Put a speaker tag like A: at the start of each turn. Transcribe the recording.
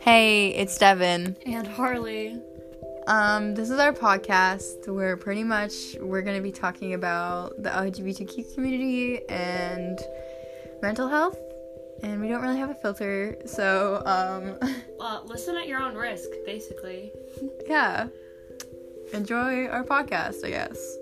A: Hey, it's Devin.
B: And Harley.
A: Um, this is our podcast where pretty much we're gonna be talking about the LGBTQ community and mental health, and we don't really have a filter, so um,
B: Uh, listen at your own risk, basically.
A: yeah, enjoy our podcast, I guess.